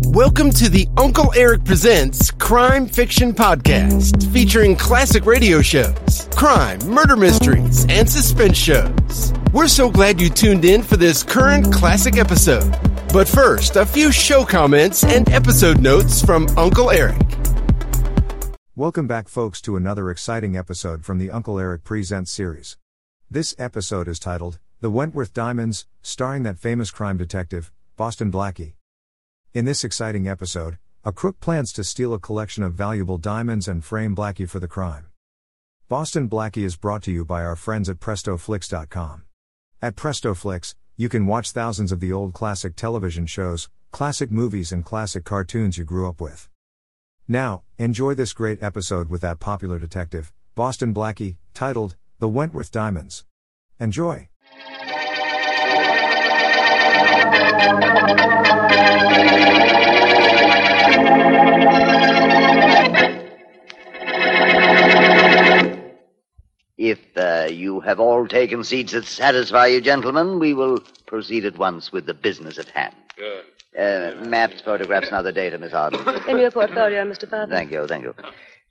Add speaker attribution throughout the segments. Speaker 1: Welcome to the Uncle Eric Presents Crime Fiction Podcast, featuring classic radio shows, crime, murder mysteries, and suspense shows. We're so glad you tuned in for this current classic episode. But first, a few show comments and episode notes from Uncle Eric.
Speaker 2: Welcome back, folks, to another exciting episode from the Uncle Eric Presents series. This episode is titled The Wentworth Diamonds, starring that famous crime detective, Boston Blackie. In this exciting episode, a crook plans to steal a collection of valuable diamonds and frame Blackie for the crime. Boston Blackie is brought to you by our friends at PrestoFlix.com. At PrestoFlix, you can watch thousands of the old classic television shows, classic movies, and classic cartoons you grew up with. Now, enjoy this great episode with that popular detective, Boston Blackie, titled The Wentworth Diamonds. Enjoy!
Speaker 3: If uh, you have all taken seats that satisfy you, gentlemen, we will proceed at once with the business at hand.
Speaker 4: Good.
Speaker 3: Uh, maps, photographs, and other data, Miss Arden.
Speaker 5: In your portfolio, Mr. Farthing.
Speaker 3: Thank you, thank you.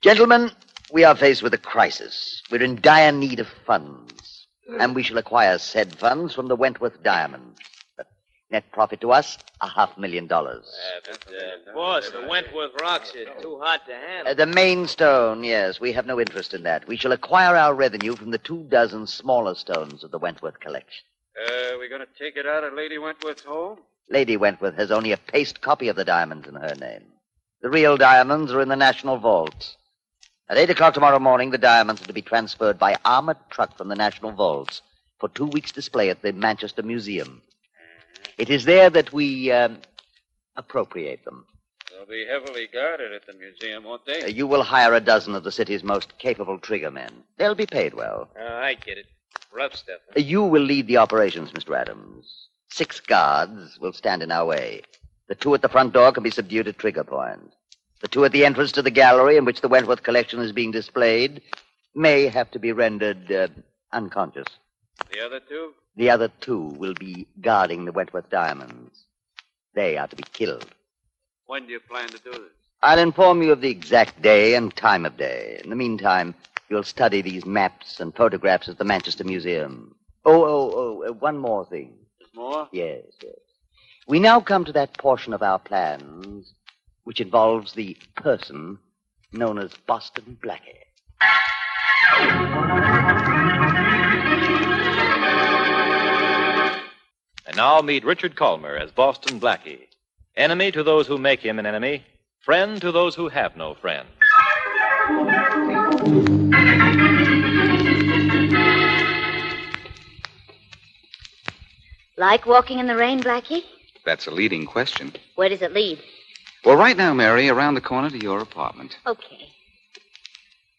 Speaker 3: Gentlemen, we are faced with a crisis. We're in dire need of funds, and we shall acquire said funds from the Wentworth Diamond. But net profit to us, a half million dollars.
Speaker 4: but, uh, boss, the Wentworth rocks are too hot to handle.
Speaker 3: Uh, the main stone, yes, we have no interest in that. We shall acquire our revenue from the two dozen smaller stones of the Wentworth collection.
Speaker 4: Uh, we gonna take it out of Lady Wentworth's home?
Speaker 3: Lady Wentworth has only a paste copy of the diamonds in her name. The real diamonds are in the National Vault. At 8 o'clock tomorrow morning, the diamonds are to be transferred by armored truck from the National Vaults for two weeks' display at the Manchester Museum. It is there that we um, appropriate them.
Speaker 4: They'll be heavily guarded at the museum, won't they?
Speaker 3: Uh, You will hire a dozen of the city's most capable triggermen. They'll be paid well.
Speaker 4: Oh, I get it. Rough stuff.
Speaker 3: Uh, You will lead the operations, Mr. Adams. Six guards will stand in our way. The two at the front door can be subdued at trigger point. The two at the entrance to the gallery in which the Wentworth collection is being displayed may have to be rendered uh, unconscious.
Speaker 4: The other two?
Speaker 3: The other two will be guarding the Wentworth diamonds. They are to be killed.
Speaker 4: When do you plan to do this?
Speaker 3: I'll inform you of the exact day and time of day. In the meantime, you'll study these maps and photographs at the Manchester Museum. Oh, oh, oh, uh, one more thing.
Speaker 4: More?
Speaker 3: Yes, yes. We now come to that portion of our plans which involves the person known as Boston Blackie.
Speaker 6: And now meet Richard Colmer as Boston Blackie. Enemy to those who make him an enemy, friend to those who have no friend.
Speaker 7: Like walking in the rain, Blackie?
Speaker 8: That's a leading question.
Speaker 7: Where does it lead?
Speaker 8: Well, right now, Mary, around the corner to your apartment.
Speaker 7: Okay.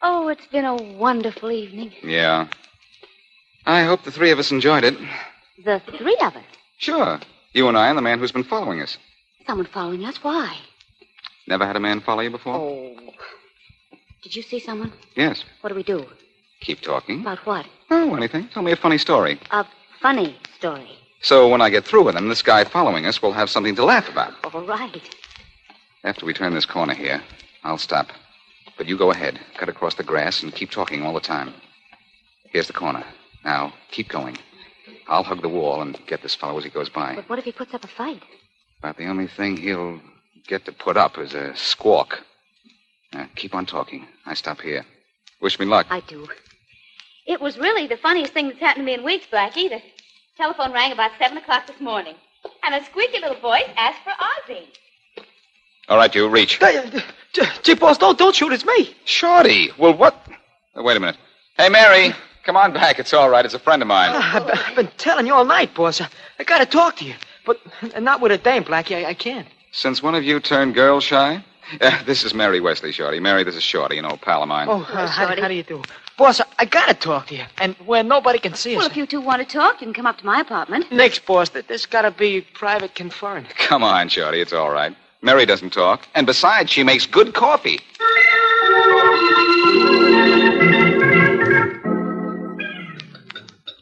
Speaker 7: Oh, it's been a wonderful evening.
Speaker 8: Yeah. I hope the three of us enjoyed it.
Speaker 7: The three of us.
Speaker 8: Sure. You and I and the man who's been following us.
Speaker 7: Someone following us. Why?
Speaker 8: Never had a man follow you before?
Speaker 7: Oh. Did you see someone?
Speaker 8: Yes.
Speaker 7: What do we do?
Speaker 8: Keep talking.
Speaker 7: About what?
Speaker 8: Oh, anything. Tell me a funny story.
Speaker 7: A funny story.
Speaker 8: So when I get through with him, this guy following us will have something to laugh about.
Speaker 7: All right.
Speaker 8: After we turn this corner here, I'll stop. But you go ahead, cut across the grass, and keep talking all the time. Here's the corner. Now, keep going. I'll hug the wall and get this fellow as he goes by.
Speaker 7: But what if he puts up a fight?
Speaker 8: About the only thing he'll get to put up is a squawk. Now, keep on talking. I stop here. Wish me luck.
Speaker 7: I do. It was really the funniest thing that's happened to me in weeks, Blackie. The telephone rang about 7 o'clock this morning. And a squeaky little voice asked for Ozzy.
Speaker 8: All right, you reach.
Speaker 9: uh, Gee, boss, don't, don't shoot. It's me.
Speaker 8: Shorty. Well, what? Oh, wait a minute. Hey, Mary. Come on back. It's all right. It's a friend of mine.
Speaker 9: I've been- I've been telling you all night, boss. I, I gotta talk to you. But not with a dame, Blackie. I, I can't.
Speaker 8: Since one of you turned girl shy? Uh, this is Mary Wesley, Shorty. Mary, this is Shorty, an old pal of mine.
Speaker 9: Oh, uh, how, how do you do? Boss, I, I gotta talk to you. And where nobody can see us.
Speaker 7: Well, if you two want to talk, you can come up to my apartment.
Speaker 9: Next, boss, th- this gotta be private confined.
Speaker 8: Come on, Shorty. It's all right. Mary doesn't talk. And besides, she makes good coffee.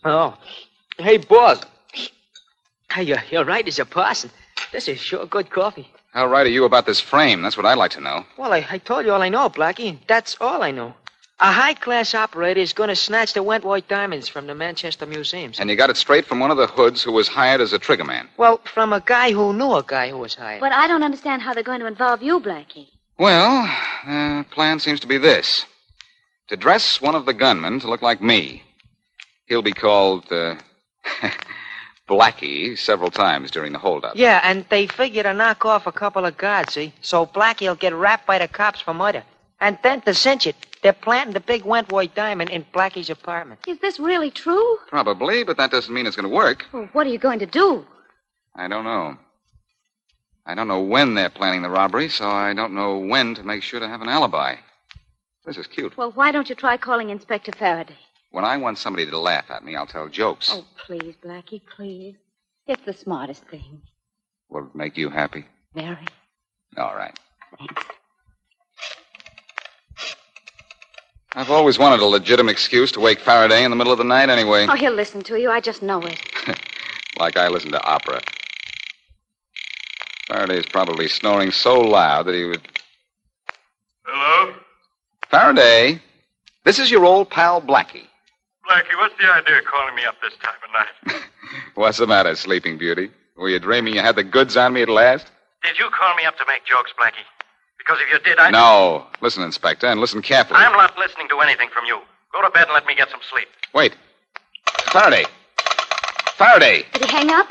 Speaker 9: Oh. Hey, boss. Hey, you're, you're right. It's a parson. This is sure good coffee.
Speaker 8: How right are you about this frame? That's what I'd like to know.
Speaker 9: Well, I, I told you all I know, Blackie, and that's all I know. A high class operator is going to snatch the Wentworth diamonds from the Manchester museums.
Speaker 8: And you got it straight from one of the hoods who was hired as a triggerman.
Speaker 9: Well, from a guy who knew a guy who was hired.
Speaker 7: But I don't understand how they're going to involve you, Blackie.
Speaker 8: Well, the plan seems to be this to dress one of the gunmen to look like me. He'll be called uh, Blackie several times during the holdup.
Speaker 9: Yeah, and they figure to knock off a couple of guards, see? So Blackie'll get wrapped by the cops for murder. And then to cinch it, they're planting the big Wentworth diamond in Blackie's apartment.
Speaker 7: Is this really true?
Speaker 8: Probably, but that doesn't mean it's going to work.
Speaker 7: Well, what are you going to do?
Speaker 8: I don't know. I don't know when they're planning the robbery, so I don't know when to make sure to have an alibi. This is cute.
Speaker 7: Well, why don't you try calling Inspector Faraday?
Speaker 8: When I want somebody to laugh at me, I'll tell jokes.
Speaker 7: Oh, please, Blackie, please. It's the smartest thing.
Speaker 8: Will it make you happy?
Speaker 7: Very.
Speaker 8: All right.
Speaker 7: Thanks.
Speaker 8: I've always wanted a legitimate excuse to wake Faraday in the middle of the night anyway,
Speaker 7: Oh, he'll listen to you. I just know it.
Speaker 8: like I listen to opera. Faraday's probably snoring so loud that he would.
Speaker 5: Hello?
Speaker 8: Faraday, this is your old pal Blackie.
Speaker 5: Blackie, what's the idea of calling me up this time of night?
Speaker 8: What's the matter, Sleeping Beauty? Were you dreaming you had the goods on me at last?
Speaker 5: Did you call me up to make jokes, Blackie? Because if you did, I.
Speaker 8: No. Listen, Inspector, and listen carefully.
Speaker 5: I'm not listening to anything from you. Go to bed and let me get some sleep.
Speaker 8: Wait. Faraday. Faraday.
Speaker 7: Did he hang up?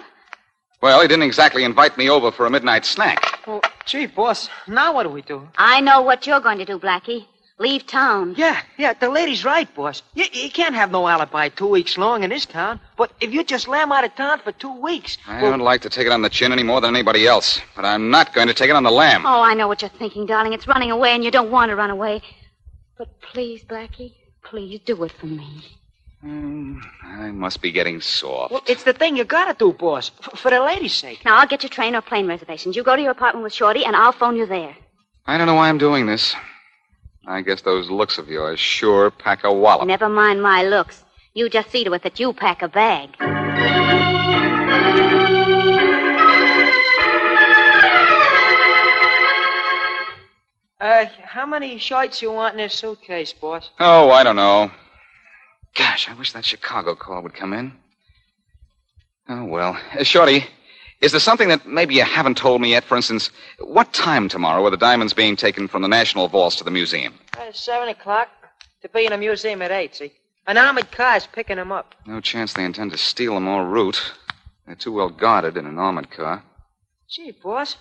Speaker 8: Well, he didn't exactly invite me over for a midnight snack.
Speaker 9: Well, gee, boss, now what do we do?
Speaker 7: I know what you're going to do, Blackie. Leave town.
Speaker 9: Yeah, yeah, the lady's right, boss. You, you can't have no alibi two weeks long in this town. But if you just lam out of town for two weeks,
Speaker 8: I
Speaker 9: well,
Speaker 8: don't like to take it on the chin any more than anybody else, but I'm not going to take it on the lamb.
Speaker 7: Oh, I know what you're thinking, darling. It's running away, and you don't want to run away. But please, Blackie, please do it for me.
Speaker 8: Mm, I must be getting soft.
Speaker 9: well, it's the thing you gotta do, boss, f- for the lady's sake.
Speaker 7: Now, I'll get your train or plane reservations. You go to your apartment with Shorty, and I'll phone you there.
Speaker 8: I don't know why I'm doing this. I guess those looks of yours sure pack a wallop.
Speaker 7: Never mind my looks. You just see to it that you pack a bag.
Speaker 9: Uh, how many shirts you want in this suitcase, boss?
Speaker 8: Oh, I don't know. Gosh, I wish that Chicago call would come in. Oh, well. Uh, Shorty, is there something that maybe you haven't told me yet? For instance, what time tomorrow are the diamonds being taken from the National Vaults to the museum?
Speaker 9: Uh, seven o'clock. To be in a museum at eight, see? An armored car's picking them up.
Speaker 8: No chance they intend to steal them en route. They're too well guarded in an armored car.
Speaker 9: Gee, boss,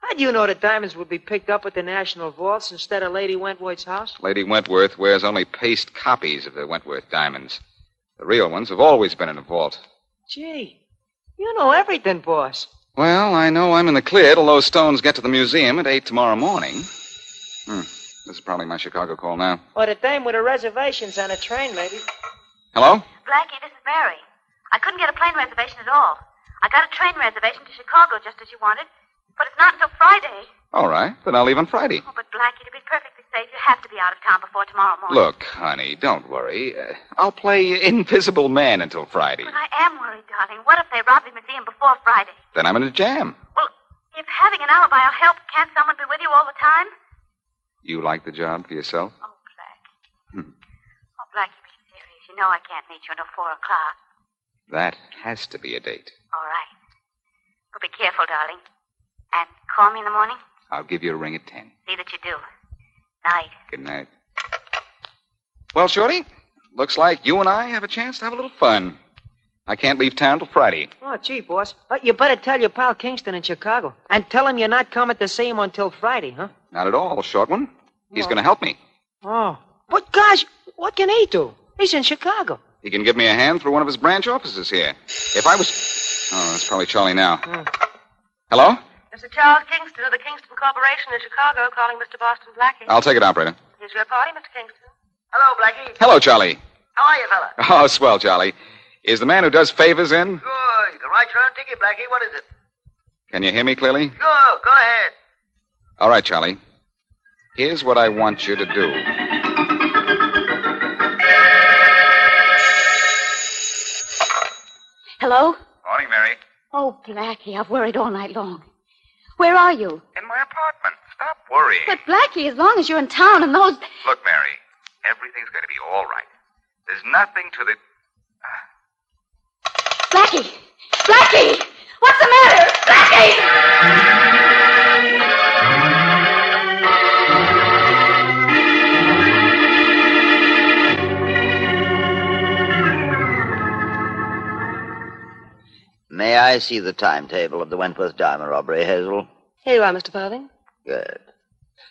Speaker 9: how'd you know the diamonds would be picked up at the National Vaults instead of Lady Wentworth's house?
Speaker 8: Lady Wentworth wears only paste copies of the Wentworth diamonds. The real ones have always been in a vault.
Speaker 9: Gee, you know everything, boss.
Speaker 8: Well, I know I'm in the clear till those stones get to the museum at 8 tomorrow morning. Hmm. This is probably my Chicago call now.
Speaker 9: Or the dame with the reservations on a train, maybe.
Speaker 8: Hello?
Speaker 7: Blackie, this is Mary. I couldn't get a plane reservation at all. I got a train reservation to Chicago just as you wanted, but it's not until Friday.
Speaker 8: All right, then I'll leave on Friday.
Speaker 7: Oh, but Blackie, to be perfectly safe, you have to be out of town before tomorrow morning.
Speaker 8: Look, honey, don't worry. Uh, I'll play Invisible Man until Friday.
Speaker 7: But I am worried, darling. What if they rob the museum before Friday?
Speaker 8: Then I'm in a jam.
Speaker 7: Well, if having an alibi will help, can't someone be with you all the time?
Speaker 8: You like the job for yourself?
Speaker 7: Oh, Blackie. Oh, Blackie, be serious. You know I can't meet you until four o'clock.
Speaker 8: That has to be a date.
Speaker 7: All right. Well, be careful, darling. And call me in the morning.
Speaker 8: I'll give you a ring at 10.
Speaker 7: See that you do. Night.
Speaker 8: Good night. Well, Shorty, looks like you and I have a chance to have a little fun. I can't leave town till Friday.
Speaker 9: Oh, gee, boss. Uh, you better tell your pal Kingston in Chicago and tell him you're not coming to see him until Friday, huh?
Speaker 8: Not at all, short one. He's going to help me.
Speaker 9: Oh. But, gosh, what can he do? He's in Chicago.
Speaker 8: He can give me a hand through one of his branch offices here. If I was. Oh, that's probably Charlie now. Hello?
Speaker 10: Mr. Charles Kingston of the Kingston Corporation in Chicago calling Mr. Boston Blackie.
Speaker 8: I'll take it, operator.
Speaker 10: Here's your party, Mr. Kingston. Hello, Blackie.
Speaker 8: Hello, Charlie.
Speaker 10: How are you, fella?
Speaker 8: Oh, swell, Charlie. Is the man who does favors in?
Speaker 10: Good. You can write your own ticket, Blackie. What is it?
Speaker 8: Can you hear me clearly?
Speaker 10: Go, go ahead.
Speaker 8: All right, Charlie. Here's what I want you to do.
Speaker 7: Hello?
Speaker 5: Morning, Mary.
Speaker 7: Oh, Blackie, I've worried all night long. Where are you?
Speaker 5: In my apartment. Stop worrying.
Speaker 7: But, Blackie, as long as you're in town and those.
Speaker 5: Look, Mary, everything's going to be all right. There's nothing to the.
Speaker 7: Blackie! Blackie! What's the matter? Blackie!
Speaker 3: May I see the timetable of the Wentworth Diamond robbery, Hazel?
Speaker 10: Here you are, Mr. Parving.
Speaker 3: Good.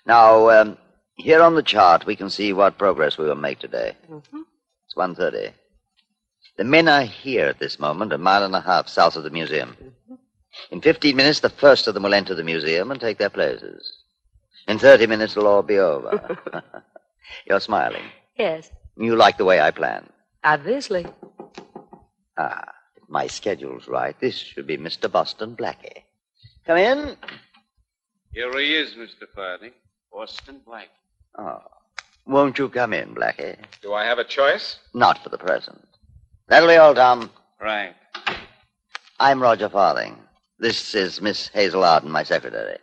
Speaker 3: Now, um, here on the chart, we can see what progress we will make today.
Speaker 10: Mm-hmm.
Speaker 3: It's 1.30. The men are here at this moment, a mile and a half south of the museum. In 15 minutes, the first of them will enter the museum and take their places. In 30 minutes, it'll all be over. You're smiling.
Speaker 10: Yes,
Speaker 3: You like the way I plan.
Speaker 10: obviously.
Speaker 3: Ah, if my schedule's right, this should be Mr. Boston Blackie. Come in.
Speaker 11: Here he is, Mr. Farthing. Boston Blackie.
Speaker 3: Oh, won't you come in, Blackie?
Speaker 11: Do I have a choice?
Speaker 3: Not for the present. That'll be all, Tom.
Speaker 11: Right.
Speaker 3: I'm Roger Farthing. This is Miss Hazel Arden, my secretary.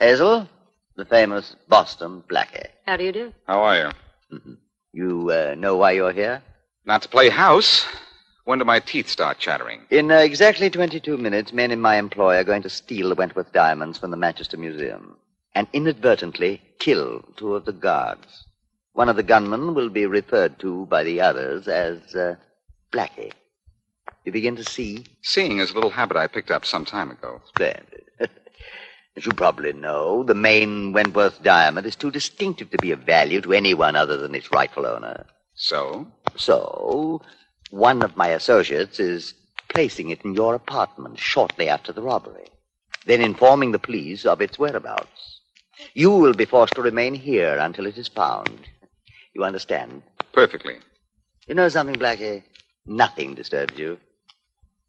Speaker 3: Hazel, the famous Boston Blackie.
Speaker 10: How do you do?
Speaker 3: How are you? You uh, know why you're here?
Speaker 8: Not to play house. When do my teeth start chattering?
Speaker 3: In uh, exactly 22 minutes, men in my employ are going to steal the Wentworth diamonds from the Manchester Museum and inadvertently kill two of the guards. One of the gunmen will be referred to by the others as uh, Blackie. You begin to see?
Speaker 8: Seeing is a little habit I picked up some time ago.
Speaker 3: Splendid. As you probably know, the main Wentworth diamond is too distinctive to be of value to anyone other than its rightful owner.
Speaker 8: So?
Speaker 3: So, one of my associates is placing it in your apartment shortly after the robbery, then informing the police of its whereabouts. You will be forced to remain here until it is found. You understand?
Speaker 8: Perfectly.
Speaker 3: You know something, Blackie? Nothing disturbs you.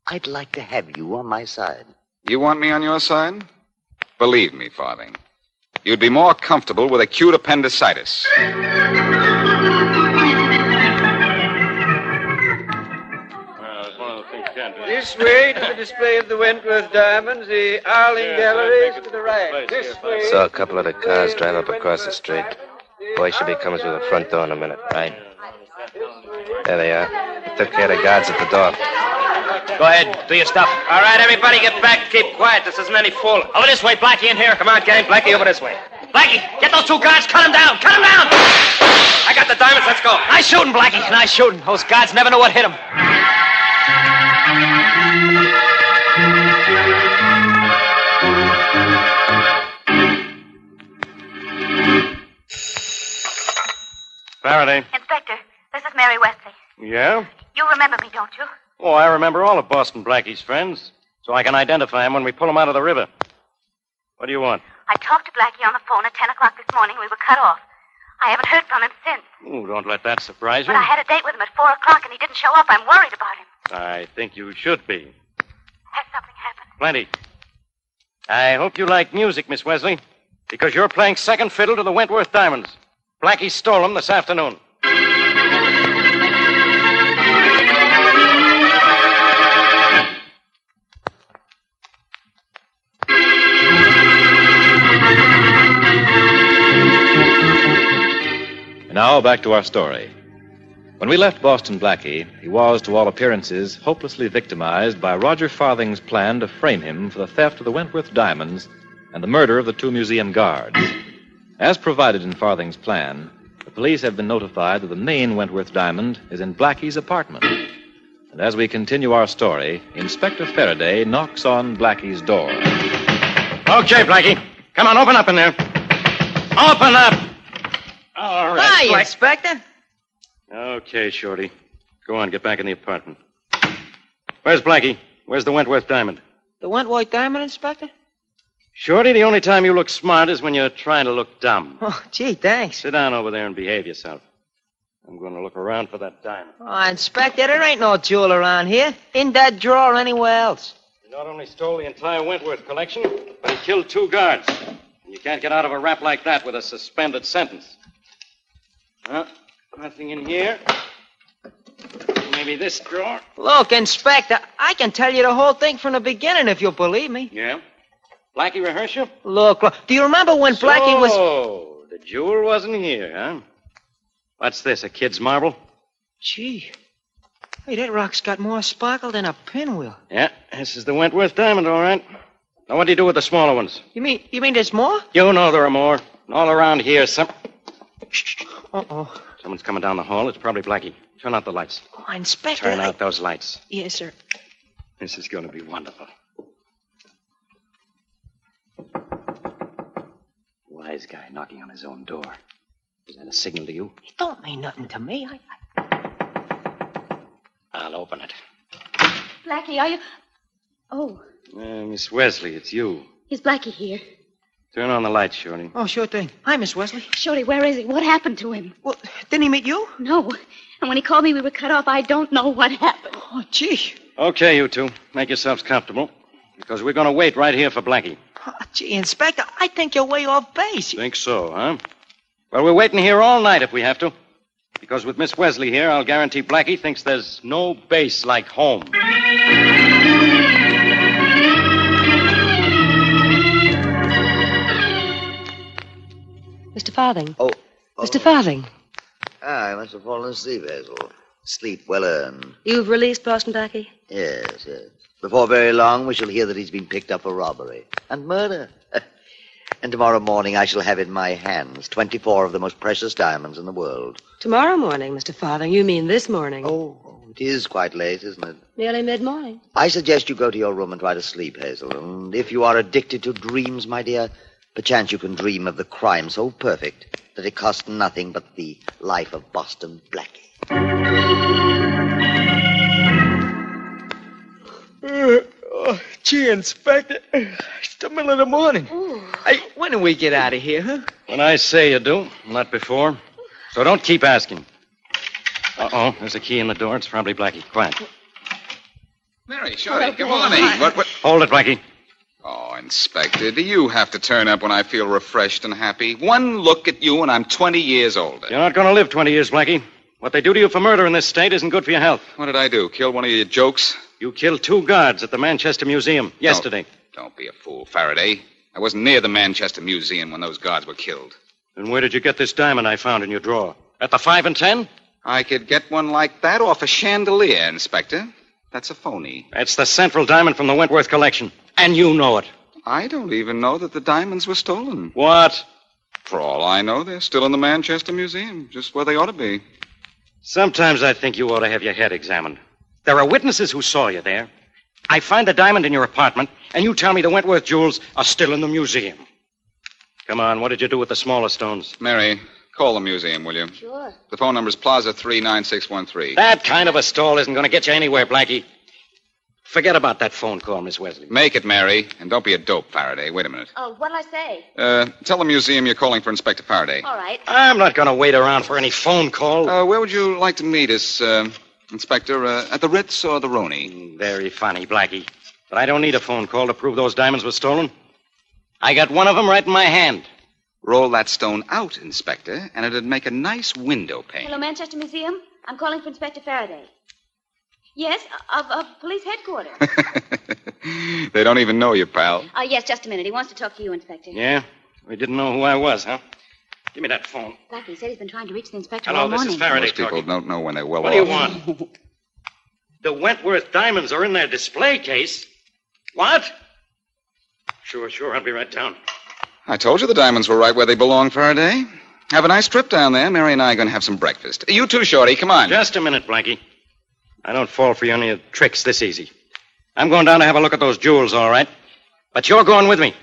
Speaker 3: I'd like to have you on my side.
Speaker 8: You want me on your side? Believe me, Farthing. You'd be more comfortable with acute appendicitis.
Speaker 12: This way to the display of the Wentworth diamonds, the Arling Gallery is to the right. This way.
Speaker 13: Saw a couple of the cars drive up across the street. Boy should be coming through the front door in a minute, right? There they are. They took care of the guards at the door.
Speaker 14: Go ahead, do your stuff. All right, everybody, get back. Keep quiet. This isn't any fool. Over this way, Blackie, in here. Come on, gang. Blackie, over this way. Blackie, get those two guards. Cut them down. Cut them down. I got the diamonds. Let's go. Nice shooting, Blackie. Nice shooting. Those guards never know what hit them.
Speaker 15: Faraday.
Speaker 16: Inspector, this is Mary Wesley.
Speaker 15: Yeah?
Speaker 16: You remember me, don't you?
Speaker 15: Oh, I remember all of Boston Blackie's friends, so I can identify him when we pull him out of the river. What do you want?
Speaker 16: I talked to Blackie on the phone at 10 o'clock this morning. We were cut off. I haven't heard from him since.
Speaker 15: Oh, don't let that surprise you.
Speaker 16: But I had a date with him at 4 o'clock and he didn't show up. I'm worried about him.
Speaker 15: I think you should be. Has something happened? Plenty. I hope you like music, Miss Wesley, because you're playing second fiddle to the Wentworth Diamonds. Blackie stole them this afternoon.
Speaker 6: Now back to our story. When we left Boston Blackie, he was, to all appearances, hopelessly victimized by Roger Farthing's plan to frame him for the theft of the Wentworth diamonds and the murder of the two museum guards. As provided in Farthing's plan, the police have been notified that the main Wentworth diamond is in Blackie's apartment. And as we continue our story, Inspector Faraday knocks on Blackie's door.
Speaker 15: Okay, Blackie. Come on, open up in there. Open up! All right.
Speaker 9: Hi,
Speaker 15: Black-
Speaker 9: Inspector.
Speaker 15: Okay, Shorty. Go on, get back in the apartment. Where's Blackie? Where's the Wentworth diamond?
Speaker 9: The Wentworth diamond, Inspector?
Speaker 15: Shorty, the only time you look smart is when you're trying to look dumb.
Speaker 9: Oh, gee, thanks.
Speaker 15: Sit down over there and behave yourself. I'm going to look around for that diamond.
Speaker 9: Oh, Inspector, there ain't no jewel around here. In that drawer or anywhere else.
Speaker 15: He not only stole the entire Wentworth collection, but he killed two guards. And you can't get out of a rap like that with a suspended sentence. Huh? Nothing in here. Maybe this drawer.
Speaker 9: Look, Inspector, I can tell you the whole thing from the beginning if you'll believe me.
Speaker 15: Yeah? Blackie Rehearsal?
Speaker 9: Look, look, do you remember when Blackie was.
Speaker 15: So, the jeweler wasn't here, huh? What's this, a kid's marble?
Speaker 9: Gee. Hey, that rock's got more sparkle than a pinwheel.
Speaker 15: Yeah, this is the Wentworth diamond, all right. Now, what do you do with the smaller ones?
Speaker 9: You mean you mean there's more?
Speaker 15: You know there are more. And all around here, some...
Speaker 9: Uh oh.
Speaker 15: someone's coming down the hall. It's probably Blackie. Turn out the lights.
Speaker 9: Oh, Inspector.
Speaker 15: Turn
Speaker 9: I-
Speaker 15: out those lights.
Speaker 9: Yes, sir.
Speaker 15: This is going to be wonderful. Wise guy knocking on his own door. Is that a signal to you?
Speaker 9: It don't mean nothing to me. I,
Speaker 15: I'll open it.
Speaker 7: Blackie, are you. Oh,
Speaker 15: Uh, Miss Wesley, it's you.
Speaker 7: is Blackie here?
Speaker 15: Turn on the lights, Shorty.
Speaker 9: Oh, sure thing. Hi, Miss Wesley.
Speaker 7: Shorty, where is he? What happened to him?
Speaker 9: Well, didn't he meet you?
Speaker 7: No. And when he called me, we were cut off. I don't know what happened.
Speaker 9: Oh, gee.
Speaker 15: Okay, you two. Make yourselves comfortable. Because we're going to wait right here for Blackie.
Speaker 9: Oh, gee, Inspector, I think you're way off base.
Speaker 15: Think so, huh? Well, we're waiting here all night if we have to. Because with Miss Wesley here, I'll guarantee Blackie thinks there's no base like home.
Speaker 17: Mr. Farthing.
Speaker 3: Oh.
Speaker 17: Mr. Farthing,
Speaker 3: Ah, I must have fallen asleep, Hazel. Sleep well earned.
Speaker 17: you've released Boston Blackie?
Speaker 3: Yes, yes. Before very long, we shall hear that he's been picked up for robbery and murder. and tomorrow morning, I shall have in my hands 24 of the most precious diamonds in the world.
Speaker 17: Tomorrow morning, Mr. Farthing. You mean this morning?
Speaker 3: Oh. It is quite late, isn't it?
Speaker 17: Nearly mid morning.
Speaker 3: I suggest you go to your room and try to sleep, Hazel. And if you are addicted to dreams, my dear, perchance you can dream of the crime so perfect that it cost nothing but the life of Boston Blackie.
Speaker 9: oh, gee, Inspector. It's the middle of the morning. Hey, when do we get out of here, huh?
Speaker 15: When I say you do, not before. So don't keep asking. Uh oh, there's a key in the door. It's probably Blackie. Quiet.
Speaker 8: Mary, Shorty, come on in. What, what?
Speaker 15: Hold it, Blackie.
Speaker 8: Oh, Inspector, do you have to turn up when I feel refreshed and happy? One look at you and I'm 20 years older.
Speaker 15: You're not going to live 20 years, Blackie. What they do to you for murder in this state isn't good for your health.
Speaker 8: What did I do? Kill one of your jokes?
Speaker 15: You killed two guards at the Manchester Museum yesterday.
Speaker 8: Don't be a fool, Faraday. I wasn't near the Manchester Museum when those guards were killed.
Speaker 15: And where did you get this diamond I found in your drawer? At the five and ten?
Speaker 8: I could get one like that off a chandelier, Inspector. That's a phony.
Speaker 15: It's the central diamond from the Wentworth collection. And you know it.
Speaker 8: I don't even know that the diamonds were stolen.
Speaker 15: What?
Speaker 8: For all I know, they're still in the Manchester Museum, just where they ought to be.
Speaker 15: Sometimes I think you ought to have your head examined. There are witnesses who saw you there. I find the diamond in your apartment, and you tell me the Wentworth jewels are still in the museum. Come on, what did you do with the smaller stones?
Speaker 8: Mary, call the museum, will you?
Speaker 7: Sure.
Speaker 8: The phone number's Plaza 39613.
Speaker 15: That kind of a stall isn't going to get you anywhere, Blackie. Forget about that phone call, Miss Wesley.
Speaker 8: Make it, Mary, and don't be a dope, Faraday. Wait a minute.
Speaker 7: Oh, what'll I say?
Speaker 8: Uh, tell the museum you're calling for Inspector Faraday.
Speaker 7: All right.
Speaker 15: I'm not going to wait around for any phone call.
Speaker 8: Uh, where would you like to meet us, uh, Inspector? Uh, at the Ritz or the Roney?
Speaker 15: Mm, Very funny, Blackie. But I don't need a phone call to prove those diamonds were stolen. I got one of them right in my hand.
Speaker 8: Roll that stone out, Inspector, and it'd make a nice window pane.
Speaker 7: Hello, Manchester Museum. I'm calling for Inspector Faraday. Yes, of, of police headquarters.
Speaker 8: They don't even know you, pal.
Speaker 7: uh, yes, just a minute. He wants to talk to you, Inspector.
Speaker 15: Yeah? We didn't know who I was, huh? Give me that phone.
Speaker 7: Blackie said he's been trying to reach the inspector
Speaker 15: Hello,
Speaker 7: all
Speaker 15: this is
Speaker 7: morning.
Speaker 15: Faraday
Speaker 8: Most people don't know when they're well
Speaker 15: What
Speaker 8: off.
Speaker 15: do you want? the Wentworth diamonds are in their display case. What? Sure, sure. I'll be right down.
Speaker 8: I told you the diamonds were right where they belong, Faraday. Have a nice trip down there. Mary and I are going to have some breakfast. You too, Shorty. Come on.
Speaker 15: Just a minute, Blackie. I don't fall for any of your tricks this easy. I'm going down to have a look at those jewels, all right? But you're going with me.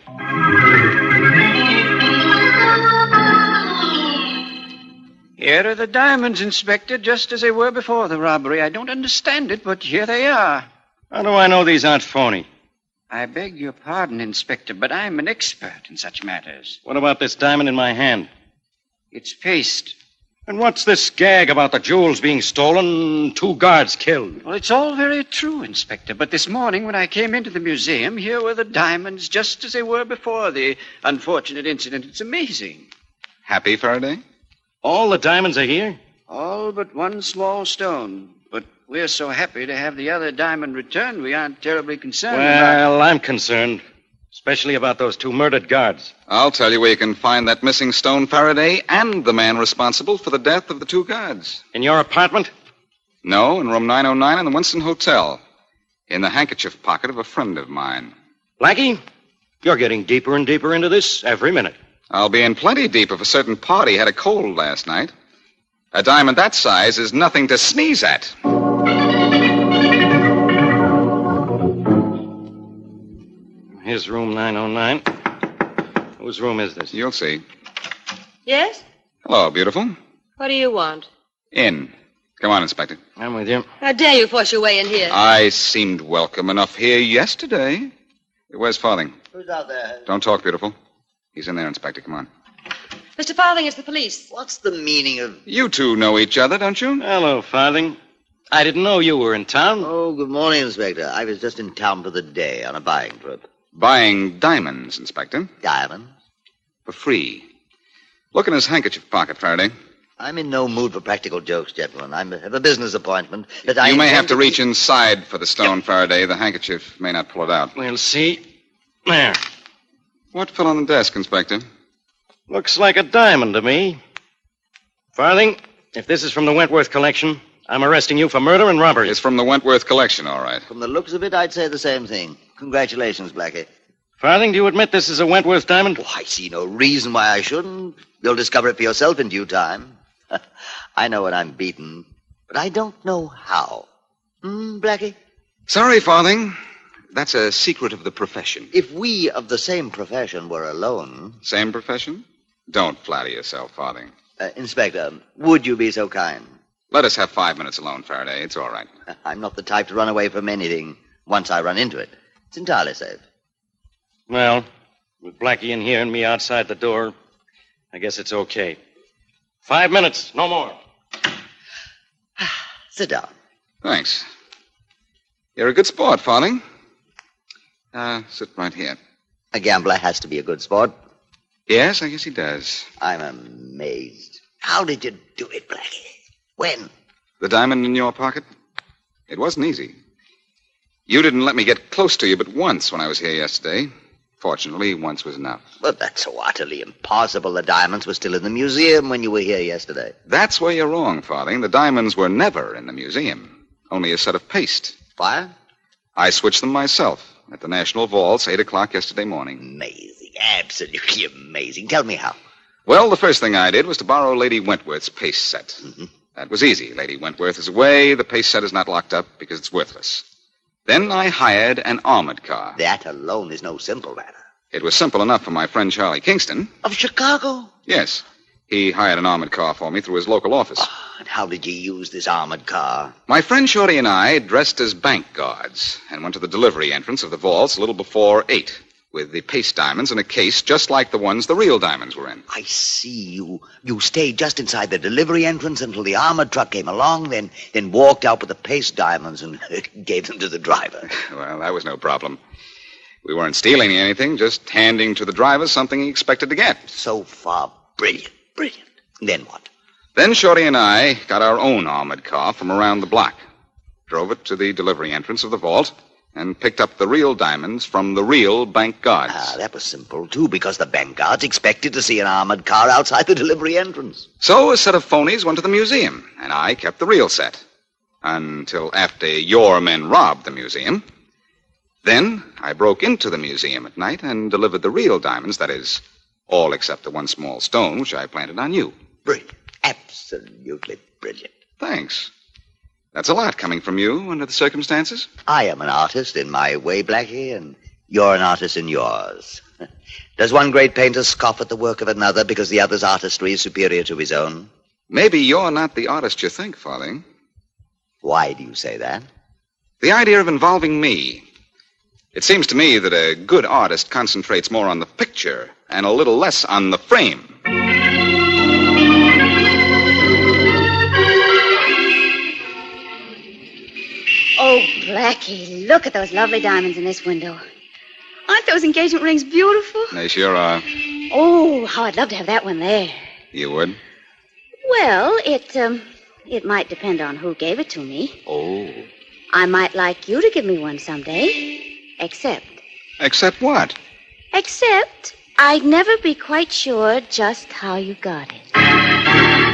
Speaker 12: Here are the diamonds, Inspector, just as they were before the robbery. I don't understand it, but here they are.
Speaker 15: How do I know these aren't phony?
Speaker 12: I beg your pardon, Inspector, but I'm an expert in such matters.
Speaker 15: What about this diamond in my hand?
Speaker 12: It's paste.
Speaker 15: And what's this gag about the jewels being stolen, two guards killed?
Speaker 12: Well, it's all very true, Inspector, but this morning when I came into the museum, here were the diamonds just as they were before the unfortunate incident. It's amazing.
Speaker 8: Happy, Faraday?
Speaker 15: All the diamonds are here?
Speaker 12: All but one small stone. But we're so happy to have the other diamond returned, we aren't terribly concerned about
Speaker 15: Well, I'm concerned. Especially about those two murdered guards.
Speaker 8: I'll tell you where you can find that missing stone Faraday and the man responsible for the death of the two guards.
Speaker 15: In your apartment?
Speaker 8: No, in room 909 in the Winston Hotel. In the handkerchief pocket of a friend of mine.
Speaker 15: Blackie, you're getting deeper and deeper into this every minute.
Speaker 8: I'll be in plenty deep if a certain party had a cold last night. A diamond that size is nothing to sneeze at.
Speaker 15: Here's room 909. Whose room is this?
Speaker 8: You'll see.
Speaker 17: Yes?
Speaker 8: Hello, beautiful.
Speaker 17: What do you want?
Speaker 8: In. Come on, Inspector.
Speaker 15: I'm with you.
Speaker 17: How dare you force your way in
Speaker 3: Uh,
Speaker 17: here?
Speaker 8: I seemed welcome enough here yesterday. Where's Farthing?
Speaker 3: Who's out there?
Speaker 8: Don't talk, beautiful. He's in there, Inspector. Come on.
Speaker 17: Mr. Farthing, it's the police.
Speaker 3: What's the meaning of.
Speaker 8: You two know each other, don't you?
Speaker 15: Hello, Farthing. I didn't know you were in town.
Speaker 3: Oh, good morning, Inspector. I was just in town for the day on a buying trip.
Speaker 8: Buying diamonds, Inspector.
Speaker 3: Diamonds?
Speaker 8: For free. Look in his handkerchief pocket, Faraday.
Speaker 3: I'm in no mood for practical jokes, gentlemen. I have a business appointment that I.
Speaker 8: you may
Speaker 3: intend
Speaker 8: have to reach inside for the stone, Faraday. The handkerchief may not pull it out.
Speaker 15: We'll see. There.
Speaker 8: What fell on the desk, Inspector?
Speaker 15: Looks like a diamond to me. Farthing, if this is from the Wentworth collection, I'm arresting you for murder and robbery.
Speaker 8: It's from the Wentworth collection, all right.
Speaker 3: From the looks of it, I'd say the same thing. Congratulations, Blackie.
Speaker 15: Farthing, do you admit this is a Wentworth diamond?
Speaker 8: Oh,
Speaker 3: I see no reason why I shouldn't. You'll discover it for yourself in due time. I know when I'm beaten, but I don't know how. Hmm, Blackie?
Speaker 8: Sorry, Farthing. That's a secret of the profession.
Speaker 3: If we of the same profession were alone.
Speaker 8: Same profession? Don't flatter yourself, Farthing.
Speaker 3: Uh, Inspector, would you be so kind?
Speaker 8: Let us have five minutes alone, Faraday. It's all right.
Speaker 3: I'm not the type to run away from anything once I run into it. It's entirely safe.
Speaker 15: Well, with Blackie in here and me outside the door, I guess it's okay. Five minutes, no more.
Speaker 3: Ah, Sit down.
Speaker 8: Thanks. You're a good sport, Farthing. Uh, sit right here.
Speaker 3: A gambler has to be a good sport.
Speaker 8: Yes, I guess he does.
Speaker 3: I'm amazed. How did you do it, Blackie? When?
Speaker 8: The diamond in your pocket? It wasn't easy. You didn't let me get close to you but once when I was here yesterday. Fortunately, once was enough.
Speaker 3: Well, that's so utterly impossible. The diamonds were still in the museum when you were here yesterday.
Speaker 8: That's where you're wrong, Farthing. The diamonds were never in the museum, only a set of paste.
Speaker 3: Why?
Speaker 8: I switched them myself at the National Vaults, 8 o'clock yesterday morning.
Speaker 3: Amazing. Absolutely amazing. Tell me how.
Speaker 8: Well, the first thing I did was to borrow Lady Wentworth's paste set.
Speaker 3: Mm-hmm.
Speaker 8: That was easy. Lady Wentworth is away. The paste set is not locked up because it's worthless. Then I hired an armored car.
Speaker 3: That alone is no simple matter.
Speaker 8: It was simple enough for my friend Charlie Kingston.
Speaker 3: Of Chicago?
Speaker 8: Yes. He hired an armored car for me through his local office.
Speaker 3: Ah, And how did you use this armored car?
Speaker 8: My friend Shorty and I dressed as bank guards and went to the delivery entrance of the vaults a little before eight with the paste diamonds in a case just like the ones the real diamonds were in.
Speaker 3: I see you. You stayed just inside the delivery entrance until the armored truck came along, then then walked out with the paste diamonds and gave them to the driver.
Speaker 8: Well, that was no problem. We weren't stealing anything, just handing to the driver something he expected to get.
Speaker 3: So far, brilliant, brilliant. Then what?
Speaker 8: Then Shorty and I got our own armored car from around the block, drove it to the delivery entrance of the vault, and picked up the real diamonds from the real bank guards.
Speaker 3: Ah, that was simple, too, because the bank guards expected to see an armored car outside the delivery entrance.
Speaker 8: So a set of phonies went to the museum, and I kept the real set. Until after your men robbed the museum. Then I broke into the museum at night and delivered the real diamonds, that is, all except the one small stone which I planted on you.
Speaker 3: Brilliant. Absolutely brilliant.
Speaker 8: Thanks. That's a lot coming from you under the circumstances.
Speaker 3: I am an artist in my way, Blackie, and you're an artist in yours. Does one great painter scoff at the work of another because the other's artistry is superior to his own?
Speaker 8: Maybe you're not the artist you think, Farthing.
Speaker 3: Why do you say that?
Speaker 8: The idea of involving me. It seems to me that a good artist concentrates more on the picture and a little less on the frame.
Speaker 7: Oh, Blackie, look at those lovely diamonds in this window. Aren't those engagement rings beautiful?
Speaker 8: They sure are.
Speaker 7: Oh, how I'd love to have that one there.
Speaker 8: You would?
Speaker 7: Well, it um, it might depend on who gave it to me.
Speaker 8: Oh.
Speaker 7: I might like you to give me one someday. Except
Speaker 8: Except what?
Speaker 18: Except I'd never be quite sure just how you got it.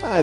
Speaker 19: Hi,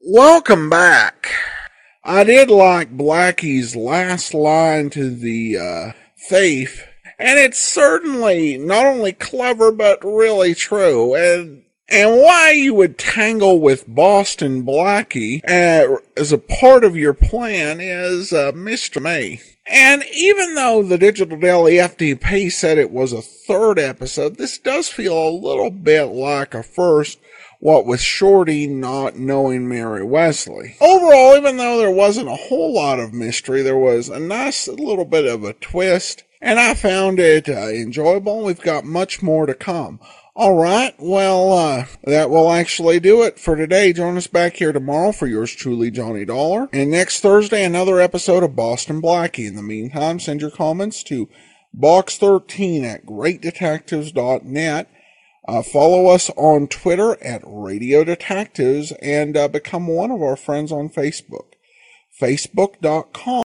Speaker 20: Welcome back. I did like Blackie's last line to the uh, thief, and it's certainly not only clever but really true. And and why you would tangle with Boston Blackie uh, as a part of your plan is a mystery. And even though the Digital Daily FDP said it was a third episode, this does feel a little bit like a first what with Shorty not knowing Mary Wesley. Overall, even though there wasn't a whole lot of mystery, there was a nice little bit of a twist, and I found it uh, enjoyable. We've got much more to come. All right, well, uh, that will actually do it for today. Join us back here tomorrow for yours truly, Johnny Dollar. And next Thursday, another episode of Boston Blackie. In the meantime, send your comments to box13 at greatdetectives.net. Uh, follow us on Twitter at Radio Detectives and uh, become one of our friends on Facebook. Facebook.com.